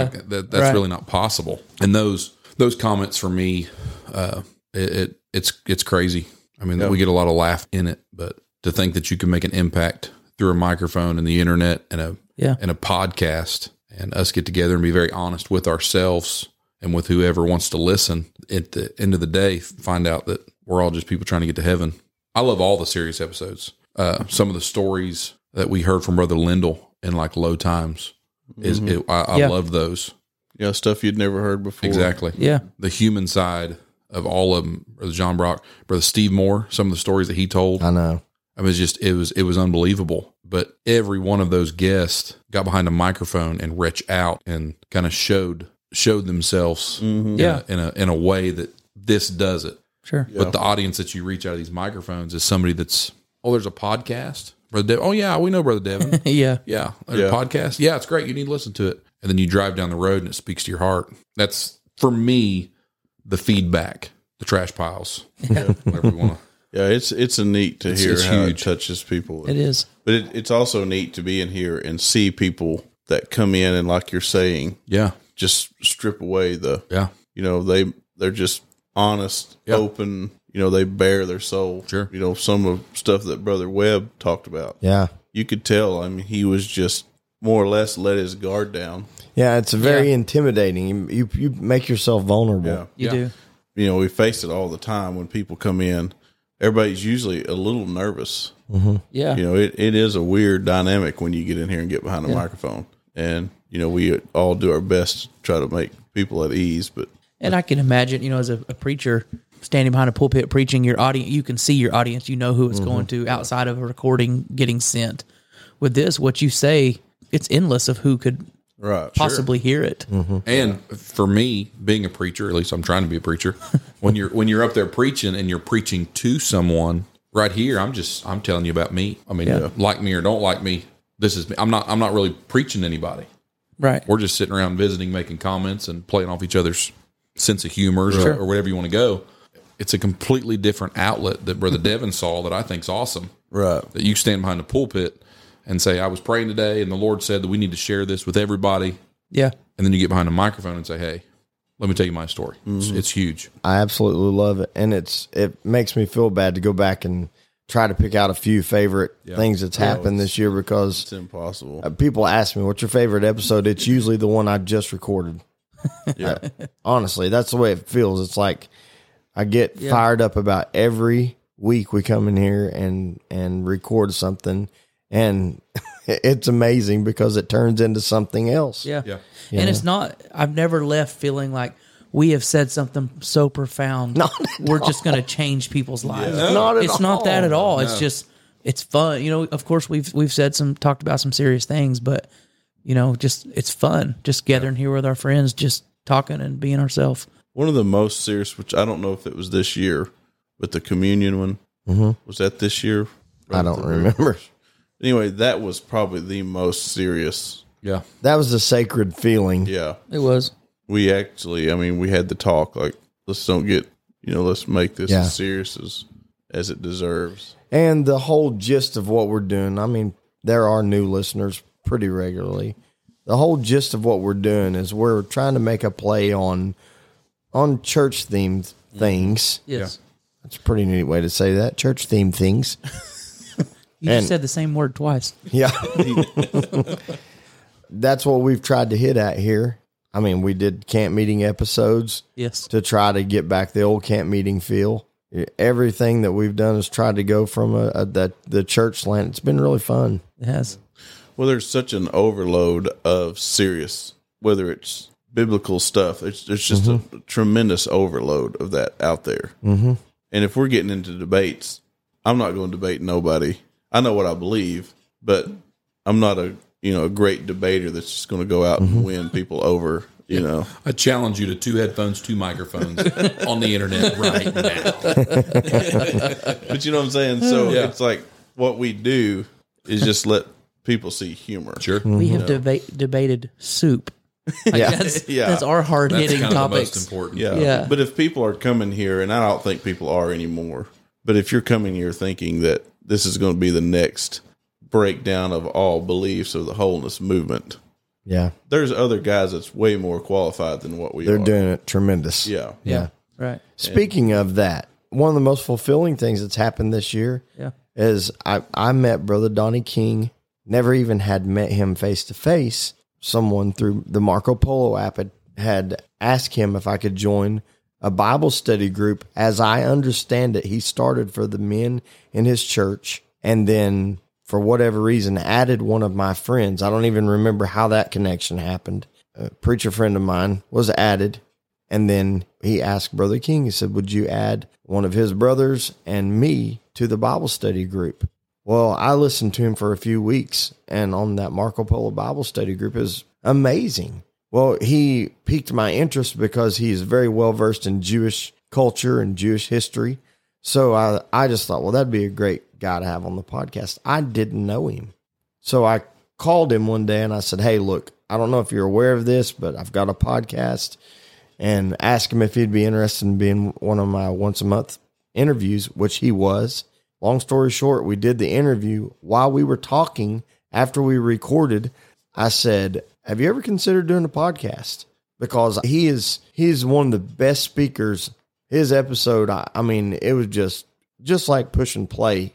Speaker 6: Like, that, that's
Speaker 4: Right.
Speaker 6: really not possible. And those those comments for me, uh, it, it it's it's crazy. I mean, we get a lot of laugh in it, but to think that you can make an impact through a microphone and the internet and a
Speaker 4: Yeah.
Speaker 6: and a podcast and us get together and be very honest with ourselves and with whoever wants to listen at the end of the day find out that we're all just people trying to get to heaven i love all the serious episodes uh, some of the stories that we heard from brother lindell in like low times Is it, I, I
Speaker 4: Mm-hmm. Yeah.
Speaker 6: love those
Speaker 1: You know, stuff you'd never heard before.
Speaker 6: exactly.
Speaker 4: Yeah.
Speaker 6: the human side of all of them. Brother John Brock, brother Steve Moore, some of the stories that he told.
Speaker 3: I know.
Speaker 6: I mean, it's just it was it was unbelievable. But every one of those guests got behind a microphone and retched out and kind of showed showed themselves in,
Speaker 4: Yeah.
Speaker 6: a, in a in a way that this does it.
Speaker 4: Sure.
Speaker 6: But the audience that you reach out of these microphones is somebody that's oh, there's a podcast, brother. Devin. Oh yeah, we know brother Devin.
Speaker 4: Yeah.
Speaker 6: yeah, there's
Speaker 1: Yeah.
Speaker 6: a podcast. Yeah, it's great. You need to listen to it, and then you drive down the road and it speaks to your heart. That's for me the feedback, the trash piles, whatever you want.
Speaker 1: Yeah, it's it's a neat to hear
Speaker 6: it's
Speaker 1: how
Speaker 6: huge.
Speaker 1: it touches people.
Speaker 4: It is.
Speaker 1: But it, it's also neat to be in here and see people that come in and like you're saying,
Speaker 6: Yeah,
Speaker 1: just strip away the
Speaker 6: yeah,
Speaker 1: you know, they they're just honest,
Speaker 6: Yeah.
Speaker 1: open, you know, they bare their soul.
Speaker 6: Sure.
Speaker 1: You know, some of stuff that Brother Webb talked about.
Speaker 3: Yeah.
Speaker 1: You could tell, I mean, he was just more or less let his guard down.
Speaker 3: Yeah, it's very
Speaker 4: Yeah.
Speaker 3: intimidating. You, you you make yourself vulnerable.
Speaker 1: Yeah.
Speaker 4: You
Speaker 6: Yeah.
Speaker 4: do.
Speaker 1: you know, we face it all the time when people come in. Everybody's usually a little nervous.
Speaker 4: Yeah.
Speaker 1: You know, it, it is a weird dynamic when you get in here and get behind a microphone. And, you know, we all do our best to try to make people at ease, but
Speaker 4: And I can imagine, you know, as a, a preacher standing behind a pulpit preaching, your audience, you can see your audience, you know who it's going to outside of a recording getting sent. With this, what you say, it's endless of who could
Speaker 1: right.
Speaker 4: possibly hear it.
Speaker 6: And for me, being a preacher, at least I'm trying to be a preacher. when you're when you're up there preaching and you're preaching to someone right here, I'm just I'm telling you about me. I mean, uh, like me or don't like me, this is me. I'm not I'm not really preaching to anybody.
Speaker 4: Right.
Speaker 6: We're just sitting around visiting, making comments, and playing off each other's sense of humor or, or whatever you want to go. It's a completely different outlet that Brother Devin saw that I think's awesome.
Speaker 1: Right.
Speaker 6: That you stand behind the pulpit and say, "I was praying today, and the Lord said that we need to share this with everybody."
Speaker 4: Yeah.
Speaker 6: and then you get behind a microphone and say, "Hey, let me tell you my story.
Speaker 4: Mm-hmm.
Speaker 6: It's, it's huge."
Speaker 3: I absolutely love it, and it's it makes me feel bad to go back and try to pick out a few favorite things that's happened this year because
Speaker 1: It's impossible.
Speaker 3: uh, people ask me what's your favorite episode. It's usually the one I just recorded. Uh,
Speaker 1: Yeah.
Speaker 3: Honestly, that's the way it feels. It's like I get fired up about every week we come in here and and record something, and it's amazing because it turns into something else.
Speaker 4: Yeah.
Speaker 6: Yeah.
Speaker 4: And it's not, I've never left feeling like we have said something so profound. We're just going to change people's lives.
Speaker 3: Not at
Speaker 4: it's not that
Speaker 3: all.
Speaker 4: at all. It's just, it's fun. You know, of course we've, we've said some, talked about some serious things, but you know, just, it's fun just gathering here with our friends, just talking and being ourselves.
Speaker 1: One of the most serious, which I don't know if it was this year, but the communion one was that this year.
Speaker 3: Mm-hmm. I don't remember.
Speaker 1: Anyway, that was probably the most serious.
Speaker 6: Yeah,
Speaker 3: That was the sacred feeling.
Speaker 1: Yeah,
Speaker 4: It was.
Speaker 1: we actually, I mean, we had the talk like, let's don't get, you know, let's make this
Speaker 3: Yeah.
Speaker 1: as serious as as it deserves.
Speaker 3: and the whole gist of what we're doing. I mean, there are new listeners pretty regularly. The whole gist of what we're doing is we're trying to make a play on on church themed things.
Speaker 4: Yes.
Speaker 3: That's a pretty neat way to say that. Church themed things.
Speaker 4: You
Speaker 3: And-
Speaker 4: just said the same word twice.
Speaker 3: Yeah. That's what we've tried to hit at here. I mean, we did camp meeting episodes
Speaker 4: Yes.
Speaker 3: to try to get back the old camp meeting feel. Everything that we've done is tried to go from a, a the, the church slant. It's been really fun.
Speaker 4: It has.
Speaker 1: Well, there's such an overload of serious, whether it's biblical stuff, it's, there's just a tremendous overload of that out there. Mm-hmm. And if we're getting into debates, I'm not going to debate nobody. I know what I believe, but I'm not a you know a great debater that's just going to go out and win people over. You know,
Speaker 6: I challenge you to two headphones, two microphones on the internet right now.
Speaker 1: but you know what I'm saying. So
Speaker 6: Yeah.
Speaker 1: it's like what we do is just let people see humor.
Speaker 6: Sure,
Speaker 4: We have debate, debated soup.
Speaker 3: Yeah.
Speaker 4: That's,
Speaker 1: Yeah.
Speaker 4: that's our hard
Speaker 6: that's
Speaker 4: hitting
Speaker 6: kind of the most
Speaker 4: topics.
Speaker 6: important.
Speaker 1: Yeah.
Speaker 4: Yeah.
Speaker 1: But if people are coming here, and I don't think people are anymore, but if you're coming here thinking that this is going to be the next breakdown of all beliefs of the wholeness movement,
Speaker 3: Yeah.
Speaker 1: there's other guys that's way more qualified than what we
Speaker 3: They're
Speaker 1: are.
Speaker 3: doing it tremendous.
Speaker 1: Yeah.
Speaker 4: yeah. Right.
Speaker 3: Speaking of that, one of the most fulfilling things that's happened this year
Speaker 4: Yeah.
Speaker 3: is I, I met Brother Donnie King, never even had met him face to face. Someone through the Marco Polo app had, had asked him if I could join a Bible study group. As I understand it, he started for the men in his church and then for whatever reason, added one of my friends. I don't even remember how that connection happened. A preacher friend of mine was added. And then he asked Brother King, he said, Would you add one of his brothers and me to the Bible study group? Well, I listened to him for a few weeks and on that Marco Polo Bible study group is amazing. Well, he piqued my interest because he is very well versed in Jewish culture and Jewish history. So I, I just thought, well, that'd be a great guy to have on the podcast. I didn't know him. So I called him one day and I said, Hey, look, I don't know if you're aware of this, but I've got a podcast and asked him if he'd be interested in being one of my once a month interviews, which he was. Long story short, we did the interview while we were talking after we recorded. I said, Have you ever considered doing a podcast? Because he is he is one of the best speakers. His episode, I, I mean, it was just just like push and play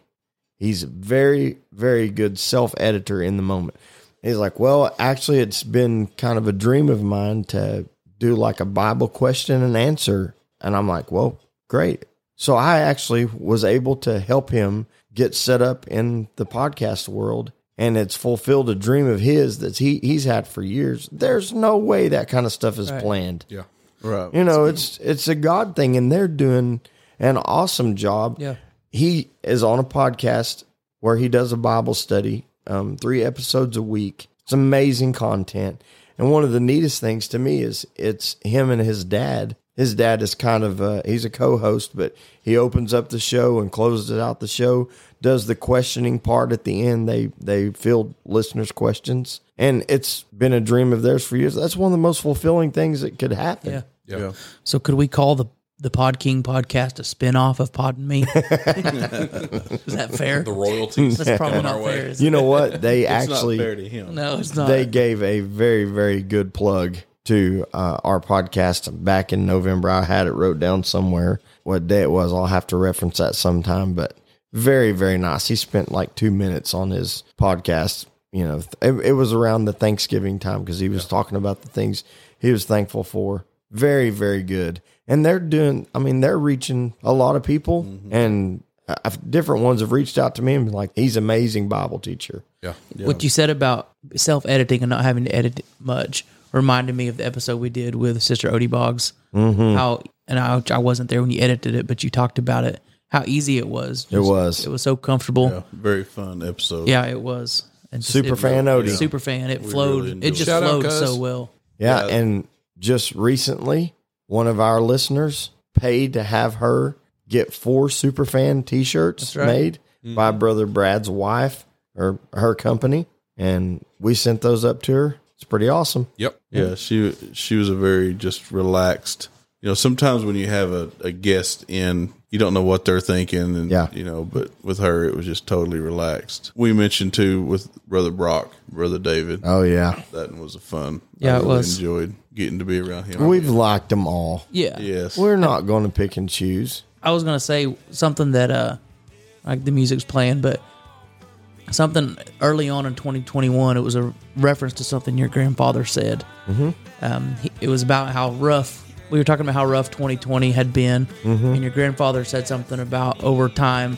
Speaker 3: He's a very, very good self editor in the moment. He's like, well, actually, it's been kind of a dream of mine to do like a Bible question and answer. And I'm like, well, great. So I actually was able to help him get set up in the podcast world. And it's fulfilled a dream of his that he, he's had for years. There's no way that kind of stuff is planned.
Speaker 6: Yeah.
Speaker 1: Right.
Speaker 3: You know, it's it's a God thing, and they're doing an awesome job.
Speaker 4: Yeah.
Speaker 3: he is on a podcast where he does a Bible study, um, three episodes a week. It's amazing content, and one of the neatest things to me is it's him and his dad. His dad is kind of uh, he's a co-host, but he opens up the show and closes it out the show. Does the questioning part at the end? They they field listeners' questions, and it's been a dream of theirs for years. That's one of the most fulfilling things that could happen.
Speaker 4: Yeah.
Speaker 6: Yeah.
Speaker 4: So could we call the the Pod King podcast a spin off of Pod Me? is that fair?
Speaker 6: The royalties.
Speaker 4: That's probably
Speaker 6: on our
Speaker 4: not
Speaker 6: way.
Speaker 4: fair. is
Speaker 3: You know what? They
Speaker 1: It's
Speaker 3: actually
Speaker 1: not fair to him.
Speaker 4: it? no, it's not.
Speaker 3: they gave a very very good plug to uh, our podcast back in November. I had it wrote down somewhere what day it was. I'll have to reference that sometime. But very very nice. He spent like two minutes on his podcast. You know, th- it, it was around the Thanksgiving time because he was talking about the things he was thankful for. Very very good. And they're doing. I mean, they're reaching a lot of people and. uh, different ones have reached out to me and been like, he's amazing Bible teacher.
Speaker 6: Yeah.
Speaker 4: What you said about self editing and not having to edit much reminded me of the episode we did with Sister Odie Boggs.
Speaker 3: Mm-hmm.
Speaker 4: How and I, I wasn't there when you edited it, but you talked about it. How easy it was.
Speaker 3: It was.
Speaker 4: It was so comfortable.
Speaker 1: Yeah, very fun episode.
Speaker 4: Yeah, it was. And just-
Speaker 3: Super
Speaker 4: it-
Speaker 3: fan Odie.
Speaker 4: Super fan. It
Speaker 1: We
Speaker 4: flowed.
Speaker 1: really
Speaker 4: it
Speaker 1: enjoyed
Speaker 4: just
Speaker 6: it. Shout out,
Speaker 4: flowed
Speaker 6: cuz.
Speaker 4: so well.
Speaker 3: Yeah,
Speaker 1: Yeah.
Speaker 3: and just recently, one of our listeners paid to have her get four Superfan T-shirts
Speaker 4: right.
Speaker 3: made by Brother Brad's wife or her company, and we sent those up to her. It's pretty awesome.
Speaker 6: Yep.
Speaker 1: Yeah, she she was a very just relaxed. You know, sometimes when you have a, a guest in, you don't know what they're thinking, and
Speaker 3: Yeah.
Speaker 1: you know. But with her, it was just totally relaxed. We mentioned too with brother Brock, brother David.
Speaker 3: Oh yeah,
Speaker 1: That one was a fun.
Speaker 4: Yeah, it was.
Speaker 1: Enjoyed getting to be around him.
Speaker 3: we've liked them all.
Speaker 4: Yeah.
Speaker 1: yes,
Speaker 3: We're not going to pick and choose.
Speaker 4: I was gonna say something that uh like the music's playing, but something early on in 2021. It was a reference to something your grandfather said. Mm-hmm. Um, he- it was about how rough we were talking about how rough 2020 had been,
Speaker 3: Mm-hmm.
Speaker 4: and your grandfather said something about over time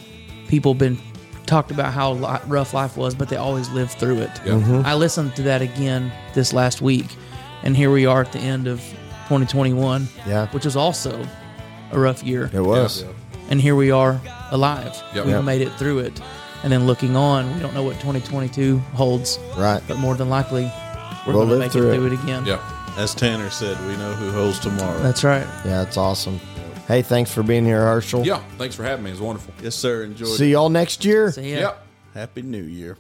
Speaker 4: people been talked about how li- rough life was, but they always lived through it.
Speaker 3: Mm-hmm.
Speaker 4: I listened to that again this last week, and here we are at the end of 2021.
Speaker 3: Yeah.
Speaker 4: which is also a rough year
Speaker 3: It was.
Speaker 4: and here we are alive.
Speaker 6: Yep.
Speaker 4: We've
Speaker 6: Yep.
Speaker 4: made it through it. And then looking on, we don't know what 2022 holds,
Speaker 3: Right.
Speaker 4: but more than likely, we're
Speaker 3: We'll
Speaker 4: going to
Speaker 3: live
Speaker 4: make
Speaker 3: through
Speaker 4: it
Speaker 3: it.
Speaker 4: through it again.
Speaker 6: Yeah.
Speaker 1: as Tanner said, we know who holds tomorrow.
Speaker 4: That's right.
Speaker 3: Yeah, it's awesome. Hey, thanks for being here, Herschel.
Speaker 6: Yeah. Thanks for having me. It was wonderful.
Speaker 1: yes, sir. Enjoyed.
Speaker 3: See
Speaker 1: it.
Speaker 3: y'all next year.
Speaker 4: So, yeah.
Speaker 6: Yep.
Speaker 1: Happy New Year.